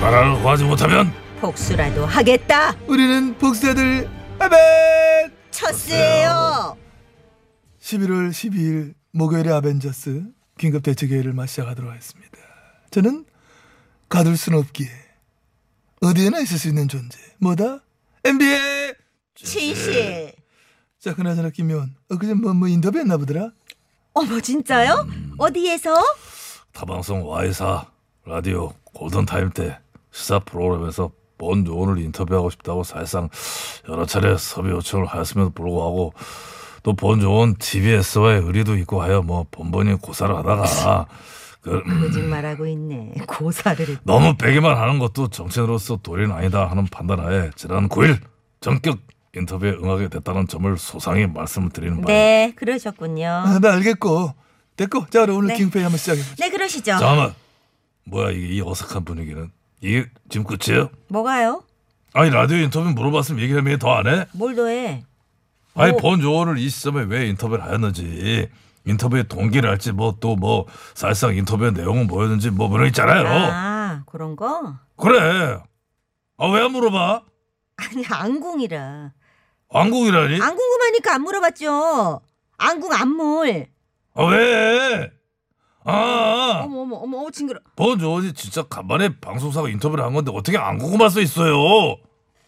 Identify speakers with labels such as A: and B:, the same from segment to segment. A: 나라를 구하지 못하면
B: 복수라도 하겠다.
C: 우리는 복수들 아벤
B: 첫스예요.
C: 11월 12일 목요일에 아벤져스 긴급 대책회의를 막 시작하도록 하겠습니다. 저는 가둘 순 없기에 어디에나 있을 수 있는 존재 뭐다 NBA
B: 진실.
C: 자 그나저나 김요원 엊그제 뭐, 뭐 인터뷰했나 보더라
B: 어머 진짜요? 어디에서?
A: 타방송 Y사 라디오 골든타임 때 시사 프로그램에서 본 요원을 인터뷰하고 싶다고 사실상 여러 차례 섭외 요청을 하였음에도 불구하고 또 본 요원 TBS와의 의리도 있고 하여 뭐 번번이 고사를 하다가 그
B: 거짓말하고 있네. 고사를 했
A: 너무 빼기만 하는 것도 정치인으로서 도리는 아니다 하는 판단하에 지난 9일 전격 인터뷰에 응하게 됐다는 점을 소상히 말씀을 드리는 바입니다.
B: 네, 그러셨군요.
C: 아, 나 알겠고 됐고 자 그럼 오늘
B: 네.
C: 킹페이 한번 시작해보자
B: 네, 그러시죠.
A: 잠깐만 뭐야 이게 이 어색한 분위기는 이게 지금 끝이에요?
B: 뭐가요?
A: 아니 라디오 인터뷰 물어봤으면 얘기를 왜 더 안 해?
B: 뭘 더해?
A: 아니
B: 뭐.
A: 본 요원을 이 시점에 왜 인터뷰를 하였는지 인터뷰의 동기를 할지 뭐 또 뭐 사실상 인터뷰의 내용은 뭐였는지 뭐 그런 거 있잖아요
B: 아, 그런 거?
A: 그래 아 왜 안 물어봐?
B: 아니, 안궁이라.
A: 왕국이라니?
B: 안 궁금하니까 안 물어봤죠. 안궁 안물.
A: 아 왜? 아
B: 어머, 어머, 어머, 어머, 징그러.
A: 본 요원이 진짜 간만에 방송사가 인터뷰를 한 건데 어떻게 안 궁금할 수 있어요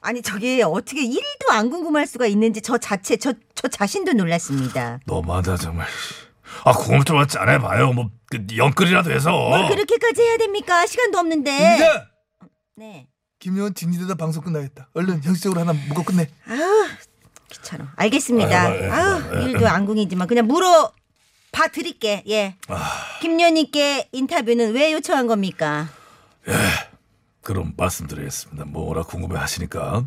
B: 아니, 저게 어떻게 일도안 궁금할 수가 있는지 저 자체, 저, 저 자신도 놀랐습니다.
A: 너무하다 정말 아 궁금증 왔지 안 해봐요 뭐그 연끌이라도 해서 예!
B: 뭘 네, 그렇게까지 해야 됩니까? 시간도 없는데.
A: 이제
B: 네.
C: 김요원 진리되다 방송 끝나겠다 얼른 형식적으로 하나 묶어 끝내
B: 아우, 귀찮아. 알겠습니다.
A: 아, 예,
B: 아우,
A: 예, 예.
B: 일도 안궁이지만 그냥 물어 봐 드릴게. 예.
A: 아.
B: 김연희께 인터뷰는 왜 요청한 겁니까?
A: 그럼 말씀드리겠습니다. 뭐라 궁금해 하시니까.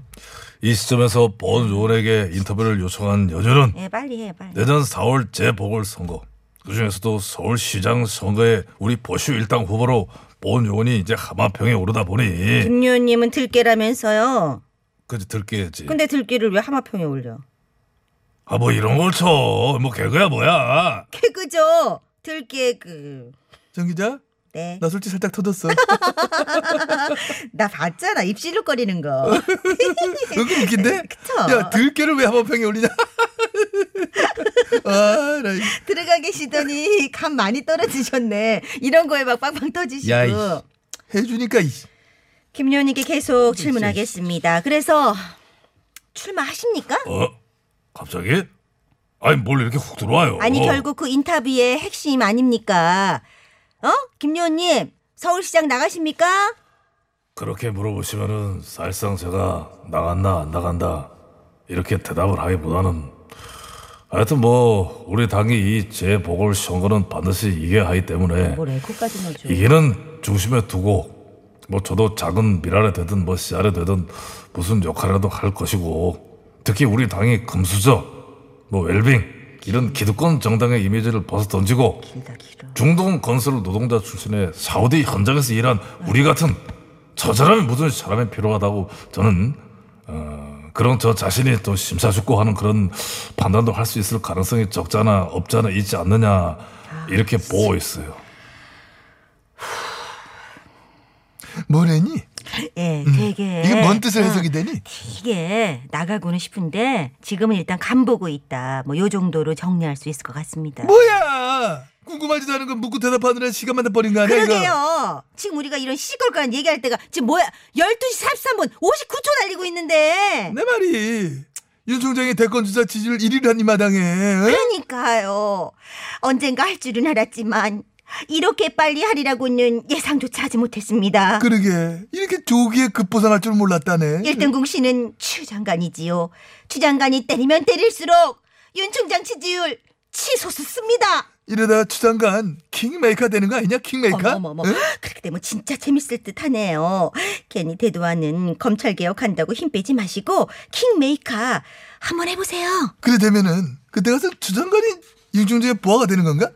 A: 이 시점에서 본 의원에게 인터뷰를 요청한 연유는
B: 예, 빨리 해, 빨리.
A: 내년 4월 재보궐선거 그중에서도 서울시장 선거에 우리 보수 일당 후보로 본 의원이 이제 하마평에 오르다 보니
B: 김연님은 들깨라면서요.
A: 그지 들깨지.
B: 근데 들깨를 왜 하마평에 올려?
A: 아 뭐 이런 걸 쳐. 뭐 개그야 뭐야.
B: 개그죠. 들깨 그.
C: 정 기자
B: 네.
C: 나 솔직히 살짝 터졌어
B: 나 봤잖아. 입실룩거리는 거.
C: 은근 웃긴데
B: 그쵸?
C: 야 들깨를 왜 하마평에 올리냐 아나
A: 그
B: 들어가 계시더니 감 많이 떨어지셨네. 이런 거에 막 빵빵 터지시고.
C: 야, 이 해주니까 이
B: 김연희께 계속 질문하겠습니다. 그래서 출마하십니까?
A: 어? 갑자기? 아니 뭘 이렇게 훅 들어와요.
B: 아니 결국 그 인터뷰의 핵심 아닙니까? 어? 김요원님 서울시장 나가십니까?
A: 그렇게 물어보시면은 사실상 제가 나갔나 안 나간다 이렇게 대답을 하기보다는 하여튼 뭐 우리 당이 이 재보궐 선거는 반드시 이겨야 하기 때문에
B: 애코까지 넣어줘
A: 이기는 중심에 두고 뭐 저도 작은 미랄에 되든 뭐 씨알에 되든 무슨 역할이라도 할 것이고 특히 우리 당이 금수저 뭐 웰빙 이런 기득권 정당의 이미지를 벗어 던지고
B: 길다 길어
A: 중동 건설 노동자 출신의 사우디 현장에서 일한 우리 같은 저 사람이 무슨 사람이 필요하다고 저는 어, 그런 저 자신이 또 심사숙고하는 그런 판단도 할 수 있을 가능성이 적잖아 없잖아 있지 않느냐 이렇게 보고 있어요.
C: 뭐래니
B: 예 되게
C: 음.
B: 어,
C: 이게 뭔 뜻을 해석이 되니
B: 되게 나가고는 싶은데 지금은 일단 간 보고 있다 뭐 요 정도로 정리할 수 있을 것 같습니다
C: 뭐야 궁금하지도 않은 거 묻고 대답하느라 시간만 다 버린 거 아니야 이거
B: 그러게요 지금 우리가 이런 시끌거리한 얘기할 때가 지금 뭐야 12시 43분 59초 달리고 있는데
C: 내 말이 윤 총장이 대권 주자 지지율 1위를 한 이 마당에
B: 예.
C: 에?
B: 그러니까요. 언젠가 할 줄은 알았지만 이렇게 빨리 하리라고는 예상조차 하지 못했습니다.
C: 그러게 이렇게 조기에 급보상할 줄 몰랐다네
B: 일등궁 씨는 추 장관이지요. 추 장관이 때리면 때릴수록 윤 총장 지지율 치솟습니다.
C: 이러다가 추장관 킹메이커 되는 거 아니냐 킹메이커?
B: 어머 어머
C: 그러니까? 응?
B: 그렇게 되면 진짜 재밌을 듯하네요. 괜히 대도하는 검찰 개혁한다고 힘 빼지 마시고 킹메이커 한번 해보세요.
C: 그래 되면은 그때 가서 추장관이 윤중재의 부하가 되는 건가?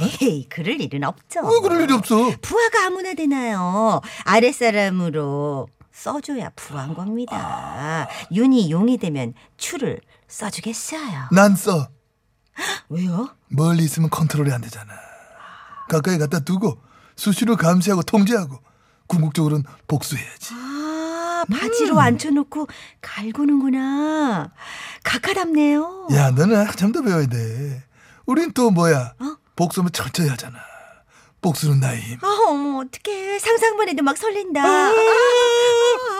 B: 에이 그럴 일은 없죠.
C: 어, 그럴 일이 없어.
B: 부하가 아무나 되나요? 아랫사람으로 써줘야 부한 겁니다.
C: 아.
B: 윤이 용이 되면 추를 써주겠어요.
C: 난 써.
B: 왜요?
C: 멀리 있으면 컨트롤이 안 되잖아. 가까이 갖다 두고 수시로 감시하고 통제하고 궁극적으로는 복수해야지.
B: 아 바지로 앉혀놓고 갈구는구나. 각하답네요.
C: 야 너는 한참 더 배워야 돼. 우린 또 뭐야?
B: 어?
C: 복수는 철저히 하잖아. 복수는 나의 힘.
B: 아, 어머, 어떡해. 상상만 해도 막 설렌다.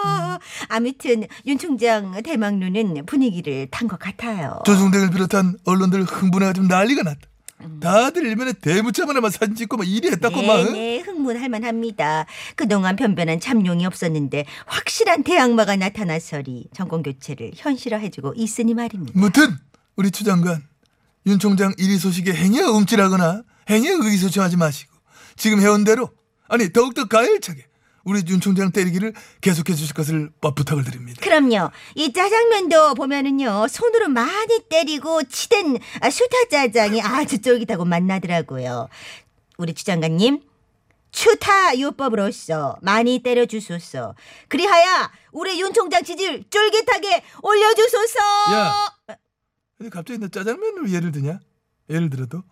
B: 아, 아무튼, 윤 총장 대망론은 분위기를 탄 것 같아요.
C: 조중댕을 비롯한 언론들 흥분해가 지고 난리가 났다. 다들 일면에 대문자 하나만 사진 찍고 막 일이 했다고 막.
B: 음. 네, 네, 흥분할 만합니다. 그동안 변변한 참용이 없었는데 확실한 대항마가 나타나서리 정권 교체를 현실화해주고 있으니 말입니다.
C: 무튼 우리 추 장관 윤 총장 일위 소식에 행여 움찔하거나 행여 의기소침하지 마시고 지금 해온 대로 아니 더욱더 가열차게 우리 윤 총장 때리기를 계속해 주실 것을 부탁을 드립니다.
B: 그럼요. 이 짜장면도 보면은요, 손으로 많이 때리고 치댄 아, 수타 짜장이 아주 쫄깃하고 맛나더라고요. 우리 주장관님, 추타 요법으로서 많이 때려주소서. 그리하여 우리 윤 총장 지지율 쫄깃하게 올려주소서.
C: 야. 근데 갑자기 너 짜장면을 예를 드냐? 예를 들어도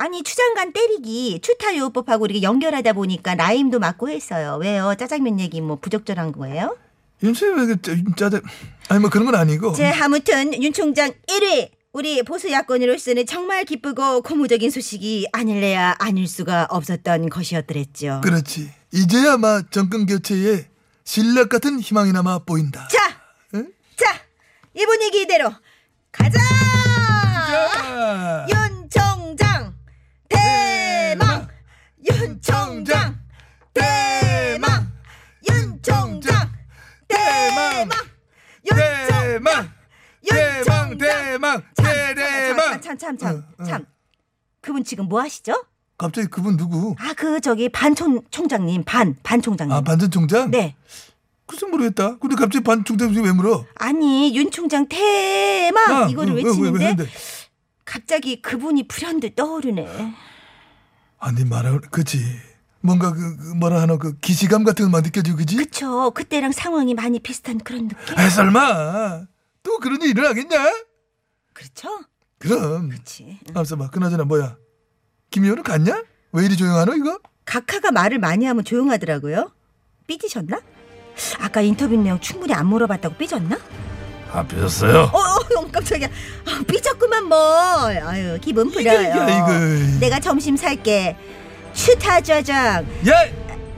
B: 아니 추장관 때리기 추타 요법하고 이렇게 연결하다 보니까 라임도 맞고 했어요. 왜요? 짜장면 얘기 뭐 부적절한 거예요?
C: 윤 총장 짜장 아니 뭐 그런 건 아니고
B: 제 아무튼 윤 총장 1위 우리 보수 야권으로서는 정말 기쁘고 고무적인 소식이 아닐래야 아닐 수가 없었던 것이었더랬죠.
C: 그렇지 이제야 마 정권 교체에 신락 같은 희망이나마 보인다.
B: 자,
C: 응?
B: 자, 이 분위기 이대로 가자.
C: 자.
B: 아, 윤 총장 대망. 윤 총장 대망. 윤 총장 대망. 윤 총.
C: 대망 대망 대망 대대망
B: 참 참 참
C: 응, 응.
B: 참 참. 그분 지금 뭐 하시죠?
C: 갑자기 그분 누구?
B: 아 그 저기 반총 총장님 반 반 총장님.
C: 아 반전 총장?
B: 음. 네.
C: 글쎄 모르겠다. 근데 갑자기 반 총장 지금 왜 물어?
B: 아니 윤 총장 대망
C: 아,
B: 이거를
C: 응, 왜, 왜,
B: 외치는데
C: 왜, 근데?
B: 갑자기 그분이 불현듯 떠오르네.
C: 아니 말하 그치 뭔가 그, 그 뭐라 하나 그 기시감 같은 것만 느껴지고 그지?
B: 그쵸 그때랑 상황이 많이 비슷한 그런 느낌.
C: 아 설마 또 그런 일이 일어나겠냐?
B: 그렇죠?
C: 그럼
B: 그렇지.
C: 암써 봐 그나저나 뭐야 김효는 갔냐? 왜 이리 조용하노 이거?
B: 각하가 말을 많이 하면 조용하더라고요. 삐지셨나? 아까 인터뷰 내용 충분히 안 물어봤다고 삐졌나?
A: 안 삐졌어요?
B: 어, 어 깜짝이야. 아, 삐졌구만 뭘. 아유 기분 풀려요.
C: 이게 이거.
B: 내가 점심 살게. 슈타 짜장.
C: 야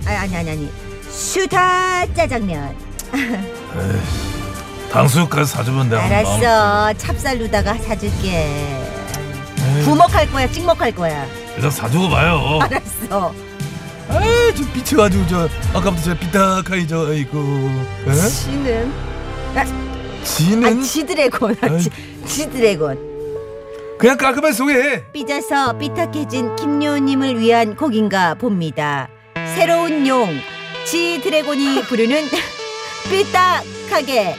B: 아, 아니 아니 아니. 슈타 짜장면.
A: 당수육까지 사주면 내가
B: 어? 알았어. 찹쌀루다가 사줄게.
C: 에이.
B: 부먹할 거야, 찍먹할 거야.
A: 일단 사주고 봐요.
B: 알았어.
C: 아이 좀 미쳐가지고 저 아까부터 저 비타카이 저 아이고 에?
B: 지는
C: 지는
B: 아, 지드래곤. 아, 지, 지드래곤.
C: 그냥 깔끔하게 소개해
B: 삐져서 삐딱해진 김요님을 위한 곡인가 봅니다. 새로운 용 지드래곤이 부르는 삐딱하게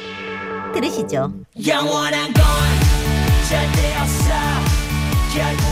B: 들으시죠.
D: 영원한 건 절대 없어 결국